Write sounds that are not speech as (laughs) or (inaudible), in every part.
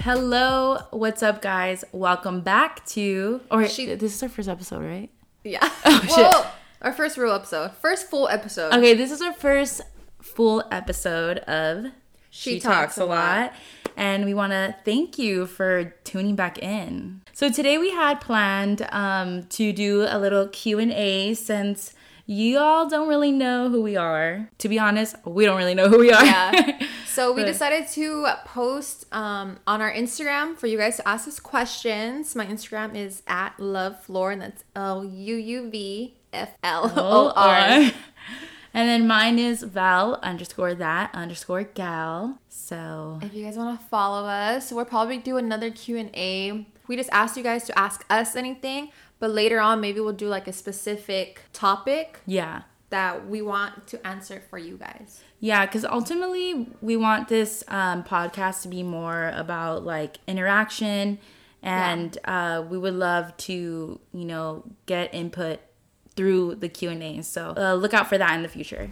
Hello, what's up, guys? Welcome back to or She- this is our first episode, right? (laughs) Yeah. Oh, well, our first real episode, first full episode. Okay, this is our first full episode of She Talks a Lot. and we want to thank you for tuning back in. So today we had planned um, to do a little Q and A since you all don't really know who we are. To be honest, we don't really know who we are. (laughs) (laughs) Yeah. So we But- decided to post um, on our Instagram for you guys to ask us questions. My Instagram is at loveflor, and that's L U U V F L O R. (laughs) And then mine is Val underscore that underscore gal. So If you guys want to follow us, we'll probably do another Q and A. We just asked you guys to ask us anything, but later on maybe we'll do like a specific topic yeah. that we want to answer for you guys. Yeah, because ultimately we want this um, podcast to be more about like interaction, and uh, we would love to you know get input through the Q and A. So uh, look out for that in the future.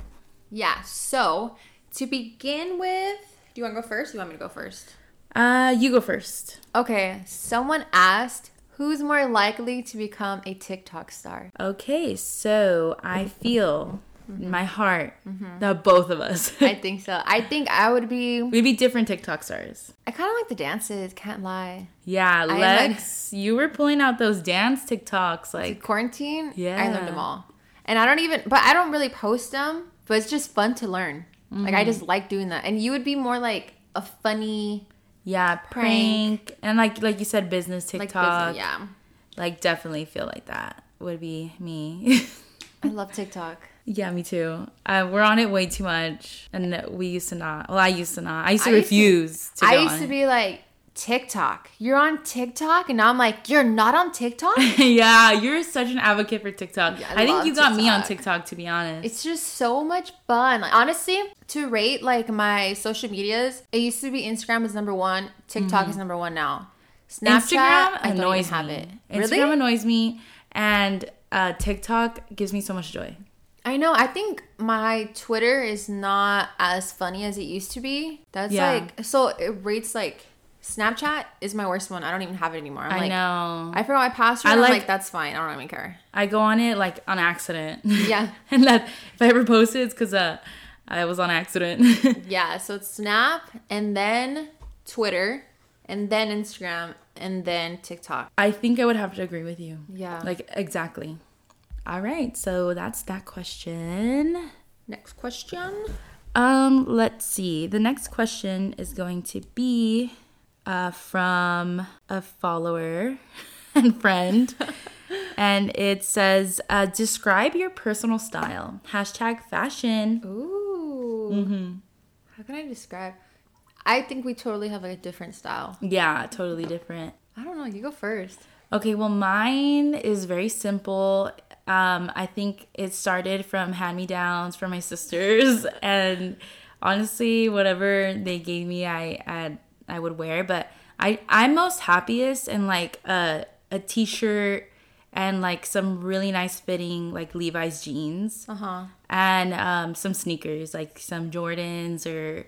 Yeah. So to begin with, do you want to go first? Do you want me to go first? Uh, you go first. Okay. Someone asked, "Who's more likely to become a TikTok star?" Okay, so I feel in my heart Mm-hmm. that both of us (laughs) (laughs) I think so. I think I would be. we'd be different TikTok stars. I kind of like the dances. Can't lie. Yeah, like- Lex, you were pulling out those dance TikToks In like quarantine, I Yeah. learned them all, and I don't even. But I don't really post them. But it's just fun to learn. Like I just like doing that. And you would be more like a funny, yeah prank, and like like you said business like TikTok. business- yeah. like definitely feel like that would be me. (laughs) I love TikTok. yeah, me too. Uh, we're on it way too much, and we used to not. Well, I used to not. I used to I used to- refuse to. I go used on to it. be like TikTok. You're on TikTok, and now I'm like, you're not (laughs) on TikTok. yeah, you're such an advocate for TikTok. Yeah, I I, think love you got me on TikTok. TikTok, to be honest. it's just so much fun. Like, honestly, to rate like my social medias, it used to be Instagram is number one, TikTok is number one now. Mm-hmm. Snapchat, Instagram I don't even annoys have me. it. Instagram annoys me, and uh, TikTok gives me so much joy. I know. I think my Twitter is not as funny as it used to be. That's Yeah. like so it rates like Snapchat is my worst one. I don't even have it anymore. I'm I like, know. I forgot my password. I I am like- like that's fine. I don't even care. I go on it like on accident. Yeah. (laughs) and that if I ever post it, it's because uh, I was on accident. (laughs) Yeah, so it's Snap and then Twitter and then Instagram and then TikTok. I think I would have to agree with you. Yeah. Like exactly. All right, so that's that question. Next question. Um, let's see. The next question is going to be uh, from a follower (laughs) and friend, and it says, uh, "Describe your personal style." Hashtag fashion. Ooh. Mm-hmm. How can I describe? I think we totally have like a different style. Yeah, totally different. I don't know. You go first. Okay, well, mine is very simple. Um, I think it started from hand me downs from my (laughs) sisters, and honestly, whatever they gave me, I I, I would wear. But I I'm most happiest in like a a t shirt and like some really nice fitting like Levi's jeans Uh huh. and um, some sneakers like some Jordans or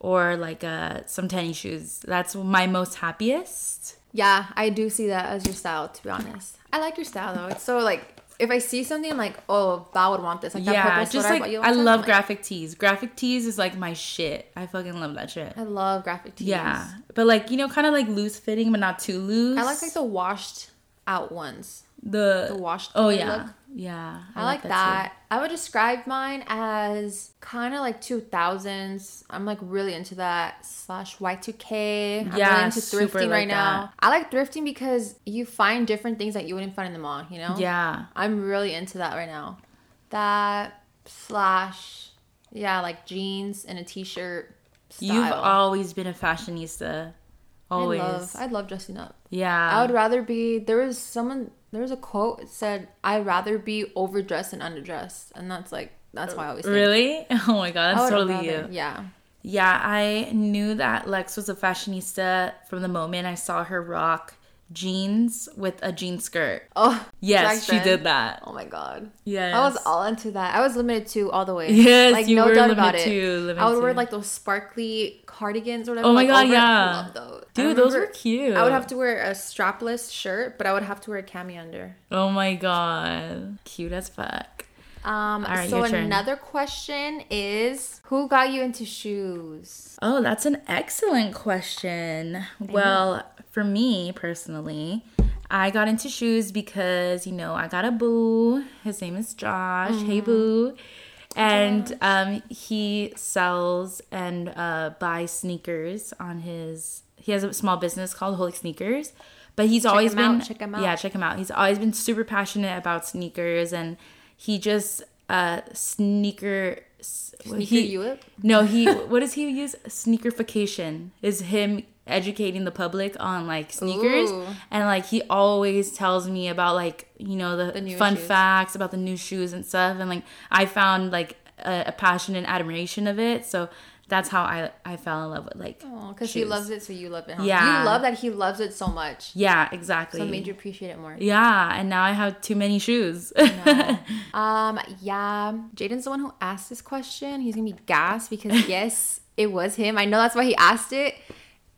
or like uh, some tennis shoes. That's my most happiest. Yeah, I do see that as your style, to be honest. I like your style though. It's so like if I see something, I'm like, oh, Val would want this. Like that yeah, purple just sweater like bought you I last time. love I'm like, graphic tees. Graphic tees is like my shit. I fucking love that shit. I love graphic tees. Yeah, but like you know, kind of like loose fitting, but not too loose. I like like the washed out ones. the, The washed. Oh away yeah, look. yeah. I, like too. that. I would describe mine as kind of like 2000s. I'm like really into that slash Y2K. I'm Yeah, really into super thrifting like right now. I like thrifting because you find different things that you wouldn't find in the mall, you know? Yeah, I'm really into that right now. That slash, yeah, like jeans and a t shirt. you've always been a fashionista. Always. I love, I love dressing up. yeah. I would rather be. There was someone. There was a quote that said, "I'd rather be overdressed than underdressed," and that's like that's why I always think. really? (laughs) Oh my god, I that's would totally rather- you. Yeah, Yeah, I knew that Lex was a fashionista from the moment I saw her rock jeans with a jean skirt. Oh, Yes, Jackson. she did that. Oh my god. Yes. I was all into that. I was limited to all the way. Yes, you were doubt limited to, limited I would wear to. like those sparkly cardigans or whatever. Oh my like, God, over it. yeah. I love those. I Dude, those remember were cute. I would have to wear a strapless shirt, but I would have to wear a cami under. Oh my god. Cute as fuck. Um, All right, so your turn. another question is, who got you into shoes? Oh, that's an excellent question. Well, for me personally, I got into shoes because, you know, I got a boo. His name is Josh. Mm-hmm. Hey, boo. And um, he sells and uh, buys sneakers on his. He has a small business called Holy Sneakers, but he's always him out, been check him out. yeah, check him out. He's always been super passionate about sneakers, and he just uh sneaker. Sneaker Sneaker you up? no, he. what does he use? Sneakerfication is him educating the public on like sneakers, Ooh. and like he always tells me about like you know the, new fun shoes. facts about the new shoes and stuff, and like I found like a, a passion and admiration of it. So that's how I I fell in love with like Because he shoes. loves it, so you love it. Huh? Yeah. you love that he loves it so much. Yeah, exactly. So it made you appreciate it more. yeah, and now I have too many shoes. Um, yeah, Jaden's the one who asked this question. He's gonna be (laughs) gassed because yes, it was him. I know that's why he asked it.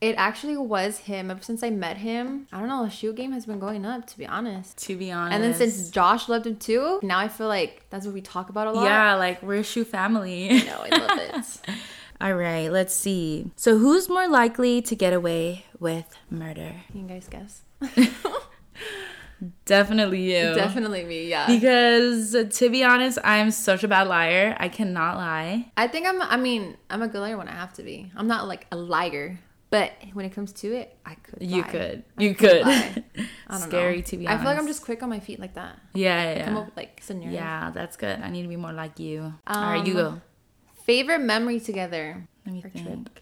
It actually was him. Ever since I met him, I don't know. The shoe game has been going up, to be (laughs) honest. to be honest, And then since Josh loved him too, now I feel like that's what we talk about a lot. yeah, like we're a shoe family. No, I love (laughs) it. All right, let's see. So, who's more likely to get away with murder? you guys guess? Definitely you. Definitely me. Yeah. Because to be honest, I'm such a bad liar. I cannot lie. I think I'm. I mean, I'm a good liar when I have to be. I'm not like a liar, but when it comes to it, I could. You lie. could. You could. lie. (laughs) I don't know. Scary to be honest. I feel like I'm just quick on my feet like that. Yeah, yeah. Come Yeah. up with like scenarios. yeah, that's good. I need to be more like you. All right, you go. Favorite memory together? Let me Our think. Um, trip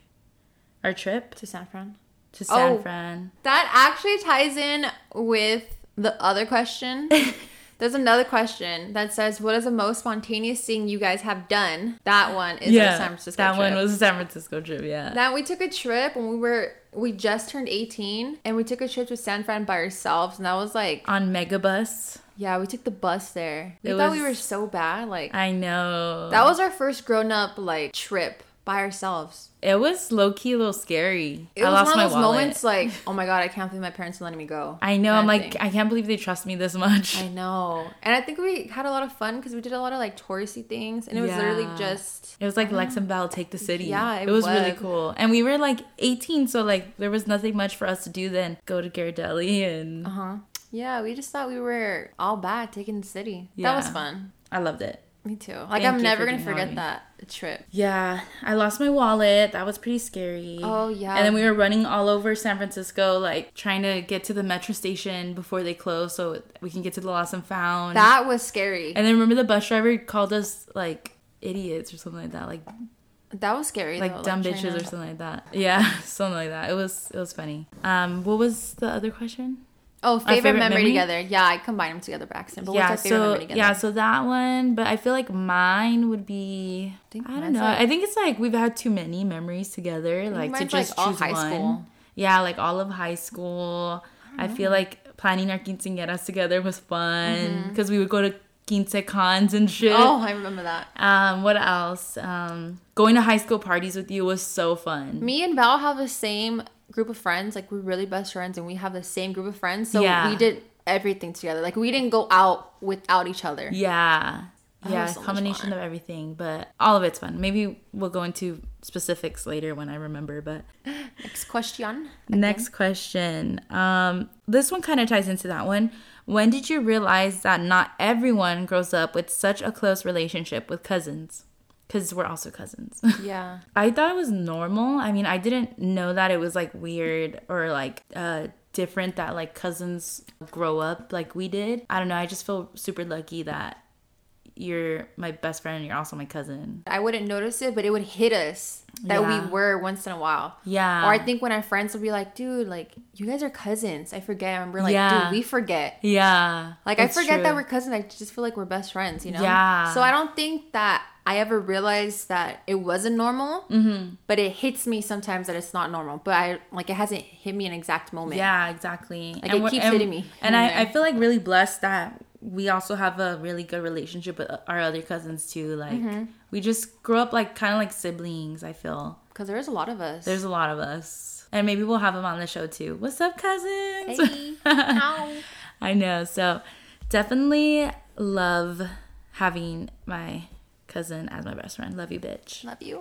Our trip to San Fran. to San Oh. Fran. That actually ties in with the (laughs) other question. There's another question that says, "What is the most spontaneous thing you guys have done?" That one is our San Francisco. that one trip. was a San Francisco trip. Yeah. That we took a trip when we were we just turned 18, and we took a trip to San Fran by ourselves, and that was like, On Megabus. yeah, we took the bus there. We It thought was- we were so bad, like I know. that was our first grown up like trip by ourselves. it was low key, a little scary. It I was lost one my of those wallet. moments (laughs) like, oh my god, I can't believe my parents are letting me go. I know. Kind I'm of like, thing. I can't believe they trust me this much. I know. And I think we had a lot of fun because we did a lot of like touristy things, and it was literally Yeah. just (laughs) It was like Lex and Bell take the city. Yeah, it, it was, really was. cool. And we were like 18, so like there was nothing much for us to do then. Go to Ghirardelli and uh huh. Yeah, we just thought we were all bad taking the city. That was Yeah. fun. I loved it. Me too. Like Thank I'm you never for gonna being forget naughty. that trip. Yeah, I lost my wallet. That was pretty scary. Oh, yeah. And then we were running all over San Francisco, like trying to get to the metro station before they close, so we can get to the lost and found. That was scary. and then remember the bus driver called us like idiots or something like that, like that was scary. like though, dumb trying bitches to- or something like that. Yeah, (laughs) something like that. It was it was funny. Um, what was the other question? Oh, favorite, favorite memory, memory? together. Yeah, I combined them together by accident. But what's our favorite so memory together? yeah, so that one. But I feel like mine would be. I, think don't mine's know. like- I think it's like we've had too many memories together, like to mine's just like all choose high one. school. Yeah, like all of high school. I, feel like planning our quinceañeras together was fun because we would go to quince cons and shit. Mm-hmm. Oh, I remember that. Um, what else? Um, going to high school parties with you was so fun. me and Val have the same group of friends. Like we're really best friends, and we have the same group of friends. So Yeah. we did everything together. Like we didn't go out without each other. Yeah. That Yeah, was so much combination fun. of everything, but all of it's fun. Maybe we'll go into specifics later when I remember, but Next question. next question. Um this one kind of ties into that one. When did you realize that not everyone grows up with such a close relationship with cousins? Cuz we're also cousins. (laughs) Yeah. I thought it was normal. I mean, I didn't know that it was like weird or like uh different that like cousins grow up like we did. I don't know. I just feel super lucky that you're my best friend and you're also my cousin. I wouldn't notice it, but it would hit us that Yeah. we were once in a while. Yeah. Or I think when our friends would be like, dude, like, you guys are cousins. I forget. And we're like, Yeah. dude, we forget. Yeah. Like, I that's forget that true. we're cousins. I just feel like we're best friends, you know? Yeah. So I don't think that I ever realized that it wasn't normal, Mm-hmm. but it hits me sometimes that it's not normal. But I like it hasn't hit me an exact moment. Yeah, exactly. Like it keeps hitting me And in I, there. I feel like really blessed that we also have a really good relationship with our other cousins too. Like Mm-hmm. we just grew up like kind of like siblings. I feel because there is a lot of us. there's a lot of us, and maybe we'll have them on the show too. What's up, cousins? Hey. Ow. (laughs) I know. So definitely love having my cousin as my best friend. Love you, bitch. (laughs) Love you.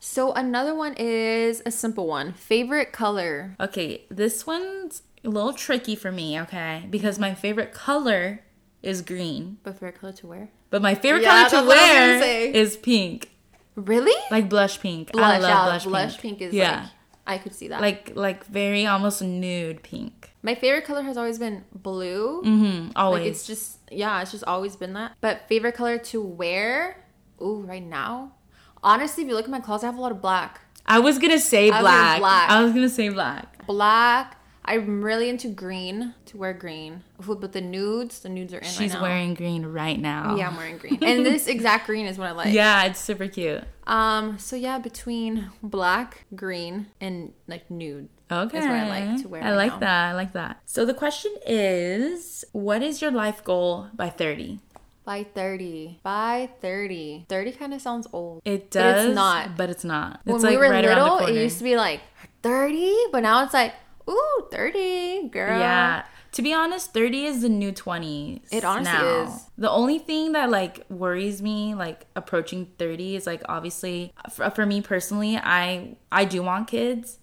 so another one is a simple one. Favorite color. Okay, this one's a little tricky for me. Okay, because my favorite color is green. But favorite color to wear? But my favorite Yeah, color that's to what I was gonna wear say. is pink, Really? like blush pink. I Blush. love yeah, blush, blush pink. pink. is yeah, like I could see that. like, like very almost nude pink. my favorite color has always been blue. Mm-hmm. Always. Like it's just yeah, it's just always been that. But favorite color to wear? Ooh, right now. Honestly, if you look at my closet, I have a lot of black. I was gonna say was black. black. I was gonna say black. Black. I'm really into green. To wear green. Ooh, But the nudes, the nudes are in right She's now. wearing green right now. Yeah, I'm wearing green. (laughs) and this exact green is what I like. Yeah, it's super cute. Um. So yeah, between black, green, and like nude. Okay. what I like to wear I right like now. that. I like that. So the question is, what is your life goal by 30? By 30. By 30. 30 kind of sounds old. It But it's does, not. But it's not. It's when like we were right around the little, it corner. used to be like 30, but now it's like, ooh, 30, girl. Yeah. To be honest, 30 is the new 20s. It honestly is. The only thing that like worries me like approaching 30 is like obviously for, for me personally, I I do want kids,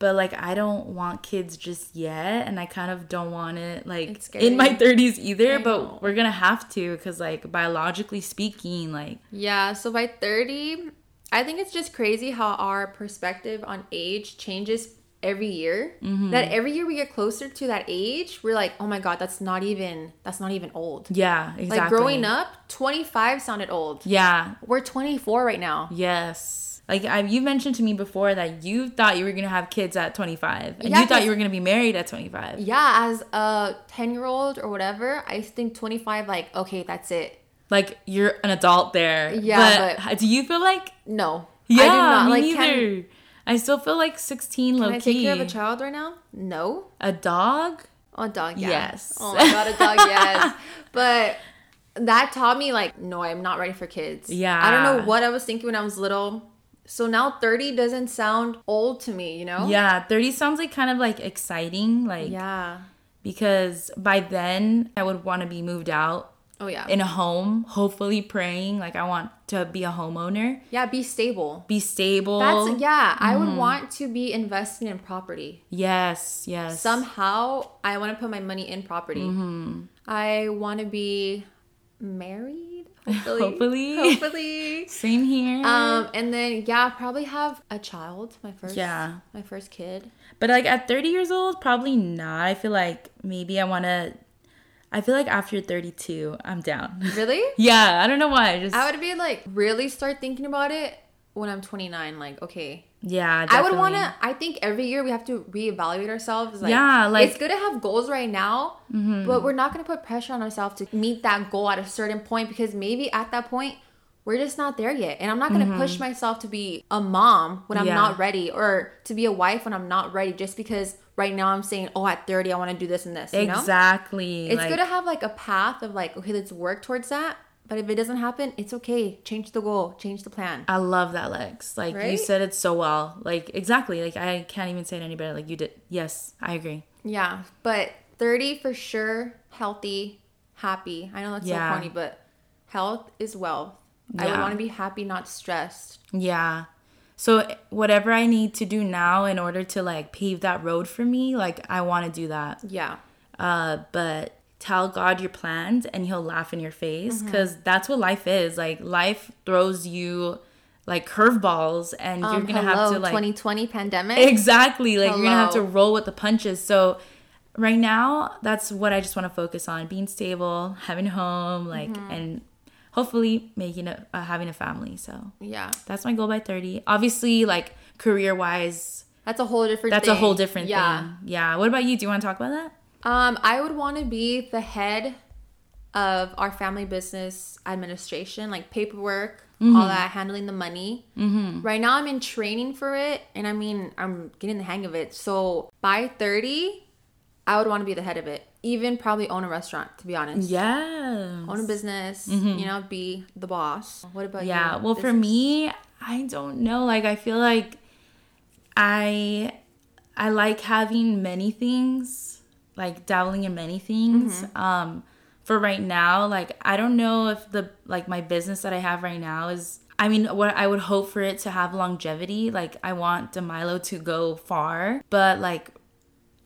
but like I don't want kids just yet and I kind of don't want it like It's scary. in my 30s either, I but know. we're going to have to cuz like biologically speaking, like Yeah. So by 30, I think it's just crazy how our perspective on age changes every year. Mm-hmm. That every year we get closer to that age, we're like, oh my God, that's not even, that's not even old. yeah, exactly. Like growing up, 25 sounded old. Yeah. We're 24 right now. Yes. Like I, you mentioned to me before that you thought you were gonna have kids at 25, and Yeah, you thought 'cause- you were gonna be married at 25. Yeah, as a 10 year old or whatever, I think 25, like, okay, that's it. Like you're an adult there. Yeah, But, do you feel like? No. Yeah. I do not. Me like, can, neither. I still feel like 16, low Can I key. take care of a child right now? No. A dog. A dog, yeah. Yes. Oh my god, a dog, (laughs) yes. But that taught me like, no, I'm not ready for kids. Yeah. I don't know what I was thinking when I was little. So now 30 doesn't sound old to me, you know? Yeah, 30 sounds like kind of like exciting, like Yeah. because by then I would want to be moved out Oh yeah. in a home, hopefully praying like I want to be a homeowner, yeah, be stable. be stable. That's yeah, I would mm-hmm. want to be investing in property. Yes, yes. Mm-hmm. Somehow I want to put my money in property. I want to be married, hopefully. (laughs) Hopefully. Hopefully. Same here. Um, and then yeah, probably have a child, my first Yeah. my first kid. but like at 30 years old, probably not. I feel like maybe I want to. I feel like after 32, I'm down. (laughs) Really? yeah, I don't know why. I just I would be like really start thinking about it when I'm 29. Like, okay, yeah. I would want definitely. to. I think every year we have to reevaluate ourselves. Like, Yeah, like- Mm-hmm. it's good to have goals right now, but we're not gonna put pressure on ourselves to meet that goal at a certain point because maybe at that point we're just not there yet, and I'm not gonna push myself to be a mom when I'm Mm-hmm. Yeah. not ready, or to be a wife when I'm not ready, just because right now I'm saying, oh, at 30 I want to do this and this. You know? Exactly. It's like, good to have like a path of like, okay, let's work towards that. But if it doesn't happen, it's okay. Change the goal, change the plan. I love that, Lex. Like you Right? said it so well. Like exactly. Like I can't even say it any better. Like you did. Yes, I agree. Yeah, but 30 for sure, healthy, happy. I know that's Yeah. so corny, but health is wealth. I would Yeah. want to be happy, not stressed. Yeah. So whatever I need to do now in order to like pave that road for me, like I want to do that. Yeah. uh, but tell God your plans and he'll laugh in your face Mm-hmm. because that's what life is. Like life throws you like curveballs and you're Um, gonna have hello, to like 2020 (laughs) pandemic. exactly like you're gonna have to Hello. roll with the punches. So right now, that's what I just want to focus on: being stable, having a home, like Mm-hmm. and hopefully making a uh, having a family. So yeah. that's my goal by thirty. Obviously, like career wise. That's a whole different That's a thing. whole different yeah. thing. Yeah. What about you? Do you want to talk about that? Um, I would want to be the head of our family business administration, like paperwork, all Mm-hmm. that, handling the money. Right now, I'm in training for it, and I mean, I'm getting the hang of it. So by 30, I would want to be the head of it, even probably own a restaurant, to be honest. Yeah. Own a business, you know, be the boss. What about you? Mm-hmm. Yeah. Well, for Business- me, I don't know. Like, I feel like I I like having many things, like dabbling in many things. Um, for right now, like I don't know if the like my business that I have right now is. I mean, what I would hope for it to have longevity. Like, I want DeMilo to go far, but like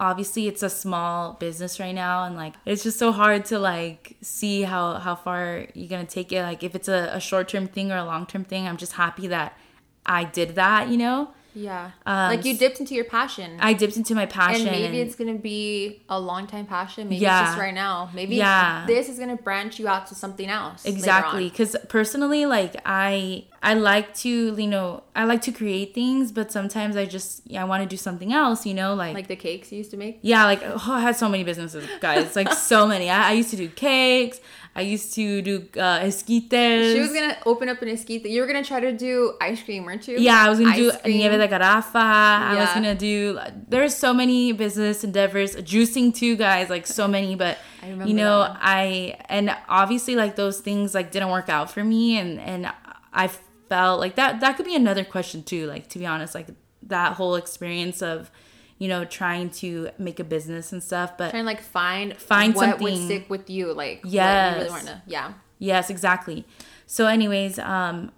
obviously it's a small business right now and like it's just so hard to like see how how far you're gonna take it like if it's a, a short-term thing or a long-term thing i'm just happy that i did that you know yeah, Um, like you dipped into your passion. i dipped into my passion and maybe and- it's gonna be a long time passion. Maybe Yeah. it's just right now. Maybe Yeah. this is gonna branch you out to something else. later exactly on. because personally like i i like to you know i like to create things but sometimes i just i want to do something else you know like Like the cakes you used to make. Yeah, like oh, I had so many businesses, guys. Like so many. I, I used to do cakes. I used to do uh, esquites. She was gonna open up an esquite. You were gonna try to do ice cream, weren't you? Yeah, I was gonna Ice do cream. nieve de carafa. I was Yeah. gonna do. There's so many business endeavors, juicing too, guys. Like so many, but I remember you know, that one. I and obviously like those things like didn't work out for me, and and I felt like that that could be another question too. Like to be honest, like that whole experience of you know trying to make a business and stuff, but Trying to like find Find what would something. stick with you. Like what Yes. you really wanna. Yeah. Yes, exactly. So, anyways, um,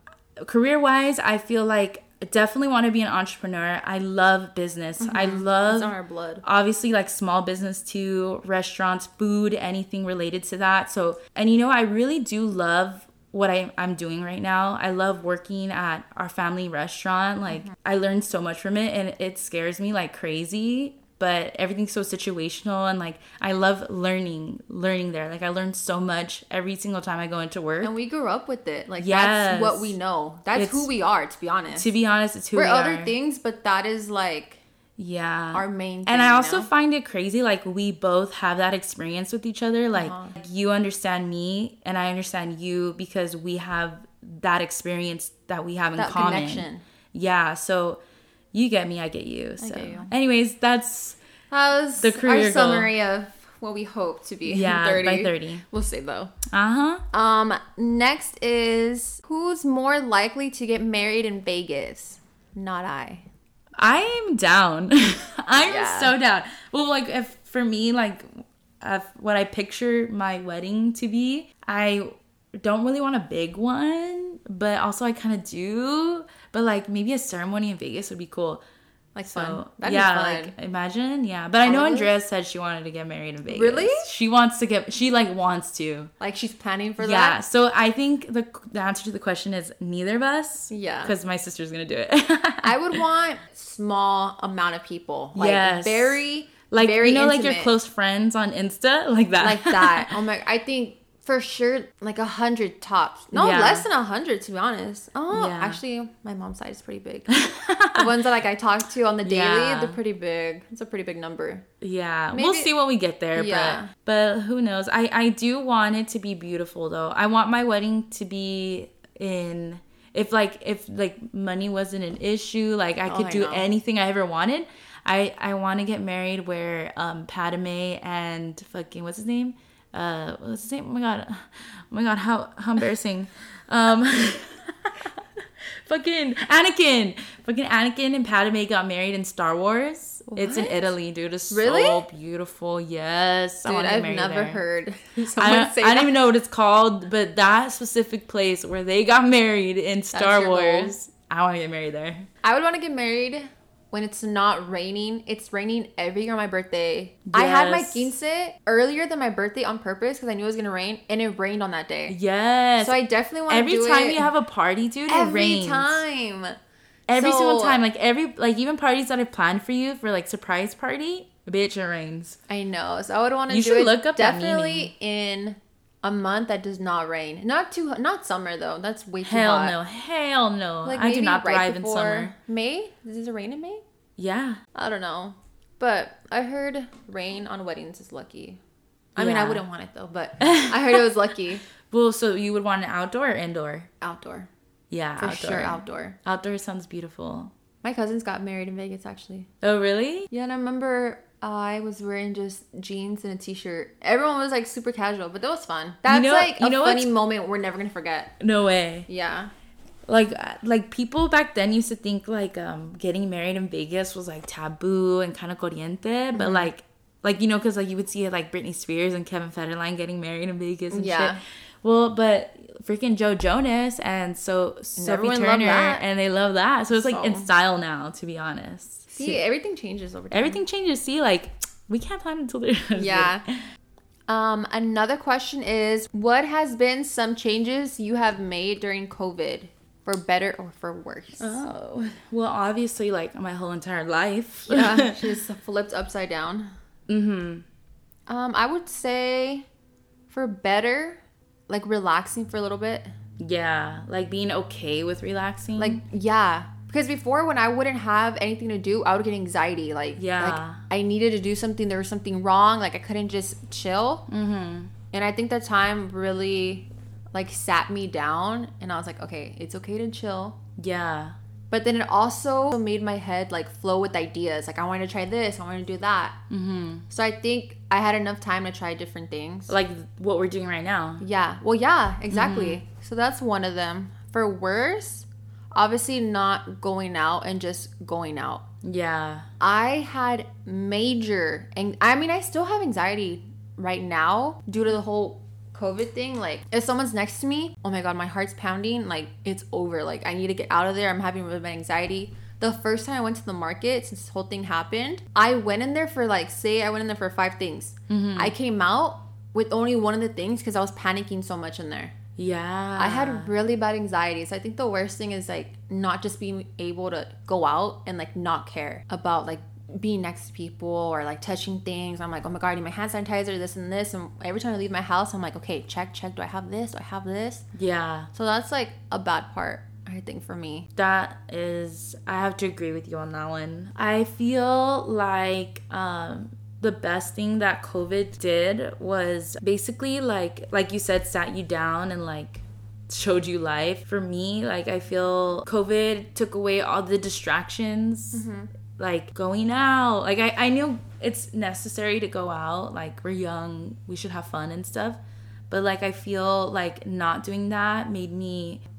career wise, I feel like I definitely want to be an entrepreneur. I love business. I It's in love our blood. obviously like small business too, restaurants, food, anything related to that. So, and you know, I really do love what I, I'm doing right now. I love working at our family restaurant. Mm-hmm. Like, I learned so much from it and it scares me like crazy. But everything's so situational, and like I love learning, learning there. Like I learned so much every single time I go into work. And we grew up with it. Like Yes. that's what we know. That's It's- who we are. To be honest, to be honest, it's who we're we other are. things, but that is like yeah, our main. And thing, I you also know? find it crazy, like we both have that experience with each other. Like, Uh-huh. like, you understand me, and I understand you because we have that experience that we have in That common. connection. Yeah. So you get me, I get you. So, get you. anyways, (laughs) that's That was The career our goal. summary of what we hope to be Yeah, (laughs) in 30. by 30. We'll say though. uh huh. Um, next is who's more likely to get married in Vegas? Not I. I am down. (laughs) I'm Yeah. so down. Well, like if for me, like if what I picture my wedding to be, I don't really want a big one, but also I kind of do. But like maybe a ceremony in Vegas would be cool. Like So fun. That'd yeah, be fun. like imagine, yeah. But I know Probably. Andrea said she wanted to get married in Vegas. Really? She wants to get. She like wants to. Like she's planning for Yeah. that. So I think the the answer to the question is neither of us. Yeah. Because my sister's gonna do it. I would want small amount of people. Like Yes. very like very you know like your intimate. close friends on insta like that (laughs) (laughs) like that. Oh my I think for sure like a hundred tops. No, Yeah. less than a hundred to be honest. Oh Yeah. actually my mom's side is pretty big. the ones that like I talk to (laughs) on the daily, Yeah. they're pretty big. It's a pretty big number. yeah we'll Maybe- see what we get there Yeah. but but who knows i i do want it to be beautiful though i want my wedding to be in if like if like money wasn't an issue like i could Oh, I do know. anything i ever wanted i i want to get married where um padme and fucking what's his name uh what's his name oh my god oh my god how how embarrassing um (laughs) Fucking Anakin, fucking Anakin and Padme got married in Star Wars. It's in What? Italy, dude. It's so Really? beautiful. Yes, I Dude, wanna get I've married never there. heard (laughs) I, someone don't- say I don't that. even know what it's called, but that specific place where they got (laughs) married in Star your goal? Wars, I want to get married there. I would want to get married when it's not raining. It's raining every year on my birthday. I had my Yes. quince earlier than my birthday on purpose because I knew it was gonna rain, and it rained on that day. Yes. So I definitely want to every do time it you have a party, dude, it every rains. time. Every single So- time, like every like even parties that I planned for you for like surprise party, bitch, it rains. I know. So I would want to You do should it look up that definitely in a month that does not rain. Not too not summer though. That's way too Hell hot. no, hell no. Like I do maybe not right thrive in before summer. May? Does it rain in May? Yeah. I don't know. But I heard rain on weddings is lucky. I mean, I Yeah. wouldn't want it though, but I heard it was lucky. Well, so you would want an outdoor or indoor? (laughs) Outdoor. Yeah, For outdoor. sure, outdoor. Outdoor sounds beautiful. My cousins got married in Vegas actually. Oh, really? Yeah, and I remember I was wearing just jeans and a t-shirt. Everyone was like super casual, but that was fun. That's know- like a you know what's- funny moment we're never gonna forget. No way. Yeah. Like, uh, like people back then used to think like um, getting married in Vegas was like taboo and kind of corriente, but Mm-hmm. like, like you know, because like you would see like Britney Spears and Kevin Federline getting married in Vegas and Yeah. shit. Well, but freaking Joe Jonas and so Sophie everyone Turner, loved that. and they love that. So it's like in So- style now, to be honest. See, everything changes over time. Everything changes. See, like we can't plan until (laughs) there's Yeah. Um, another question is what has been some changes you have made during COVID for better or for worse? Oh well, obviously, like my whole entire life. (laughs) Yeah, (laughs) she just flipped upside down. Mm-hmm. Um, I would say for better, like relaxing for a little bit. yeah, like being okay with relaxing. Like, yeah. Because before when I wouldn't have anything to do, I would get anxiety. Like, Yeah. like I needed to do something, there was something wrong, like I couldn't just chill. Mm-hmm. And I think that time really like sat me down and I was like, okay, it's okay to chill. yeah, But then it also made my head like flow with ideas. Like I want to try this, I want to do that. Mm-hmm. So I think I had enough time to try different things. like what we're doing right now. Yeah. Well, yeah, exactly. So that's one of them. For worse, obviously not going out and just going out. Yeah, I had major, and I mean, I still have anxiety right now due to the whole COVID thing. Like, if someone's next to me, oh my God, my heart's pounding. Like, it's over. Like, I need to get out of there. I'm having really bad anxiety. The first time I went to the market since this whole thing happened, I went in there for like, say, I went in there for five things. I came out with only one of the things because I was panicking so much in there. yeah. I had really bad anxiety. So I think the worst thing is like not just being able to go out and like not care about like being next to people or like touching things. I'm like, oh my god, I need my hand sanitizer, this and this. And every time I leave my house, I'm like, okay, check, check. Do I have this? Do I have this? yeah. So that's like a bad part, I think, for me. That is, I have to agree with you on that one. I feel like um, the best thing that COVID did was basically like, like you said, sat you down and like showed you life. For me, like I feel COVID took away all the distractions. Mm-hmm. Like going out, like I, I knew it's necessary to go out. Like we're young, we should have fun and stuff. but like i feel like not doing that made me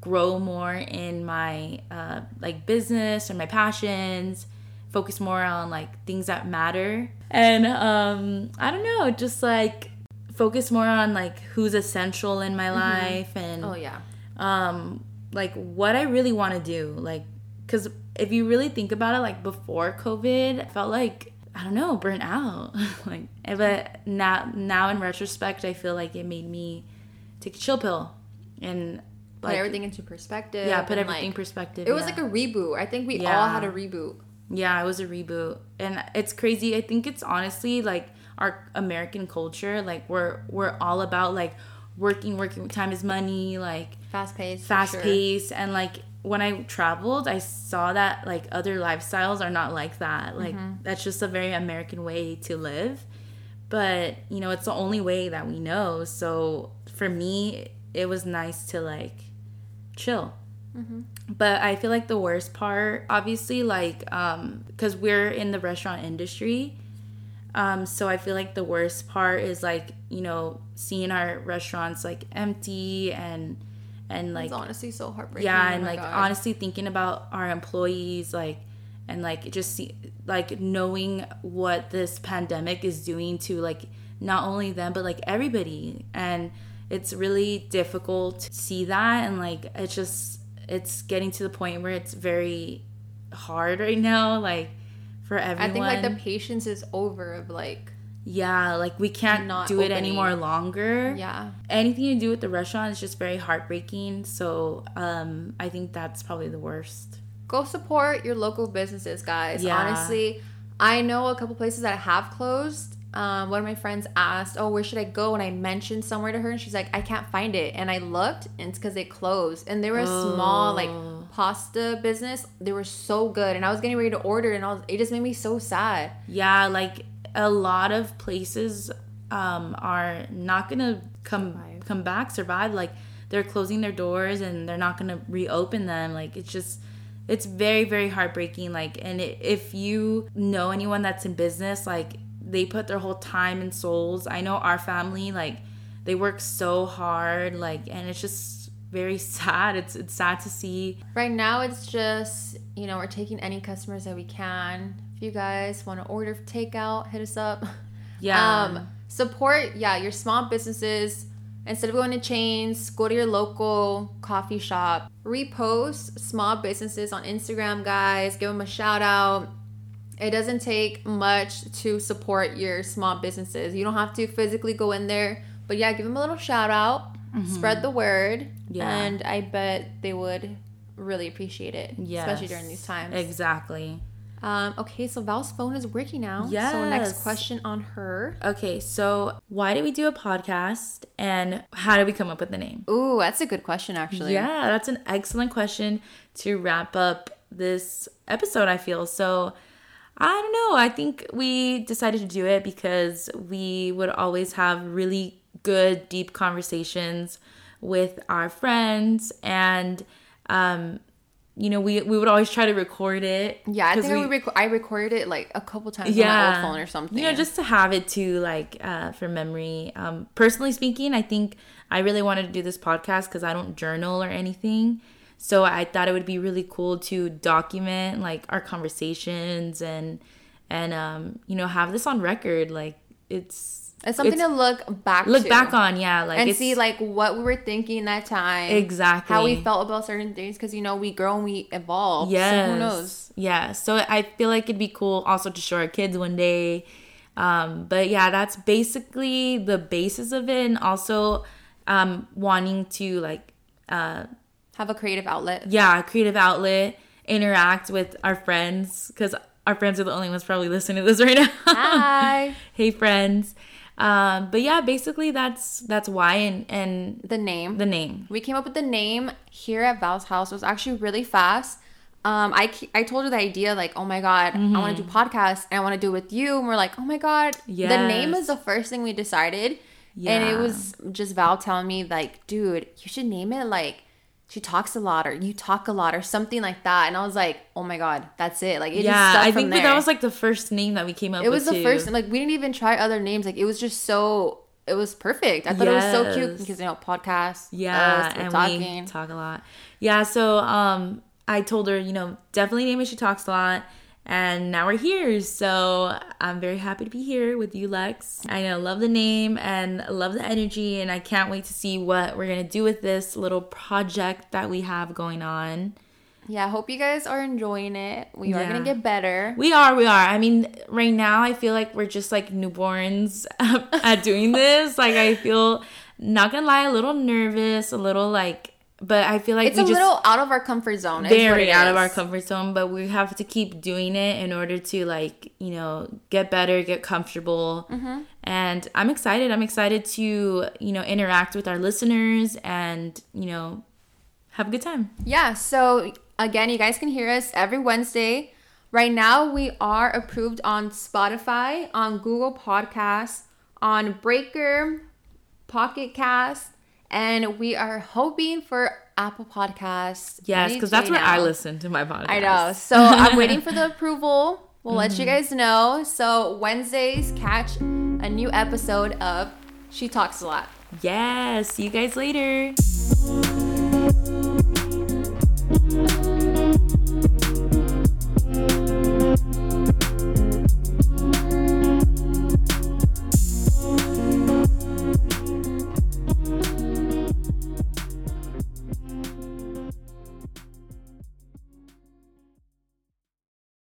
grow more in my uh, like business and my passions focus more on like things that matter and um i don't know just like focus more on like who's essential in my life and Oh yeah. um like what I really want to do like cuz if you really think about it like before covid I felt like I don't know burnt out (laughs) like eh, but now now in retrospect I feel like it made me take a chill pill and Put like, everything into perspective. yeah put and, everything in like, perspective it was yeah. like a reboot. I think we all Yeah. had a reboot. Yeah, it was a reboot. And it's crazy. I think it's honestly like our American culture, like we're we're all about like working, working time is money, like Fast paced. fast paced and like when I traveled, I saw that like other lifestyles are not like that. Like that's just a very American way to live. But, you know, it's the only way that we know. So for me, it was nice to like chill but i feel like the worst part obviously like um because we're in the restaurant industry um so i feel like the worst part is like you know seeing our restaurants like empty and and like It's honestly so heartbreaking. yeah Oh and my like God. honestly thinking about our employees like and like just see like knowing what this pandemic is doing to like not only them but like everybody and it's really difficult to see that and like it's just it's getting to the point where it's very hard right now like for everyone I think like the patience is over of like yeah like we can't not do it opening. anymore longer yeah. anything to do with the restaurant is just very heartbreaking. So um, I think that's probably the worst. Go support your local businesses, guys. Yeah. Honestly, I know a couple places that have closed. Um, one of my friends asked, "Oh, where should I go?" And I mentioned somewhere to her, and she's like, "I can't find it." And I looked, and it's because they closed. And they were a small like Oh. pasta business. They were so good, and I was getting ready to order, and I was, it just made me so sad. Yeah, like a lot of places um, are not gonna come Survive. come back survive like they're closing their doors and they're not gonna reopen them like it's just it's very very heartbreaking like and it, if you know anyone that's in business like they put their whole time and souls i know our family like they work so hard like and it's just very (laughs) sad it's it's sad to see Right now, it's just, you know, we're taking any customers that we can. If you guys want to order takeout, hit us up. (laughs) yeah Um, support, yeah, your small businesses. Instead of going to chains, go to your local coffee shop. Repost small businesses on Instagram, guys. Give them a shout out. It doesn't take much to support your small businesses. You don't have to physically go in there, but yeah, give them a little shout out. Spread the word. Mm-hmm. Yeah. And I bet they would really appreciate it, yes. especially during these times. exactly Um, okay, so Val's phone is working now. So next Yes. question on her. Okay, so why did we do a podcast and how did we come up with the name? Ooh, that's a good question, actually. Yeah, that's an excellent question to wrap up this episode, I feel. So I don't know. I think we decided to do it because we would always have really good, deep conversations with our friends and um you know we we would always try to record it Yeah, I 'cause think I, rec- I recorded it like a couple times on my old phone or something. you know, just to have it to like uh, for memory. Um, personally speaking, I think I really wanted to do this podcast because I don't journal or anything. So I thought it would be really cool to document like our conversations and and um, you know have this on record. Like it's it's something it's- to look back look to back on, yeah, like and it's, see like what we were thinking that time. exactly How we felt about certain things because you know we grow and we evolve. Yes. So who knows? Yeah. So I feel like it'd be cool also to show our kids one day. Um, but yeah, that's basically the basis of it, and also um, wanting to like Have a creative outlet. yeah, creative outlet, interact with our friends because our friends are the only ones probably listening to this right (laughs) now. Hi. hey friends. Um, but yeah, basically that's that's why and and the name. the name. we came up with the name here at Val's house. It was actually really fast. Um, I ke- I told her the idea like, oh my god, I want to Mm-hmm. do podcasts and I want to do it with you. And we're like, oh my god, the name Yes. is the first thing we decided, and it Yeah. was just Val telling me like, dude, you should name it like. She talks a lot, or you talk a lot, or something like that. And I was like, "Oh my god, that's it!" Like, it just Yeah, stuck I from think there. that, that was like the first name that we came up it with. was the too. first. Like, we didn't even try other names. Like, it was just so. It was perfect. I thought it was so cute Yes. because you know, podcast. Yeah, us, we're and talking. we talk a lot. Yeah, so um, I told her, you know, definitely name it. She talks a lot, and now we're here. So I'm very happy to be here with you, Lex. I know, love the name and love the energy, and I can't wait to see what we're gonna do with this little project that we have going on. Yeah, I hope you guys are enjoying it. We are Yeah. gonna get better. We are, we are. I mean, right now I feel like we're just like newborns (laughs) at doing this. Like I feel, not gonna lie, a little nervous, a little like. But I feel like It's we a just, little out of our comfort zone. is what very it out of is. our comfort zone, but we have to keep doing it in order to like, you know, get better, get comfortable. Mm-hmm. And I'm excited. I'm excited to, you know, interact with our listeners and, you know, have a good time. Yeah. So again, you guys can hear us every Wednesday. Right now, we are approved on Spotify, on Google Podcasts, on Breaker, Pocket Cast, and we are hoping for Apple Podcasts. Yes, any because that's day where I now. listen to my podcast. I know. So (laughs) I'm waiting for the approval. We'll let you guys know. So Wednesdays, catch a new episode of She Talks a Lot. Yes. See you guys later.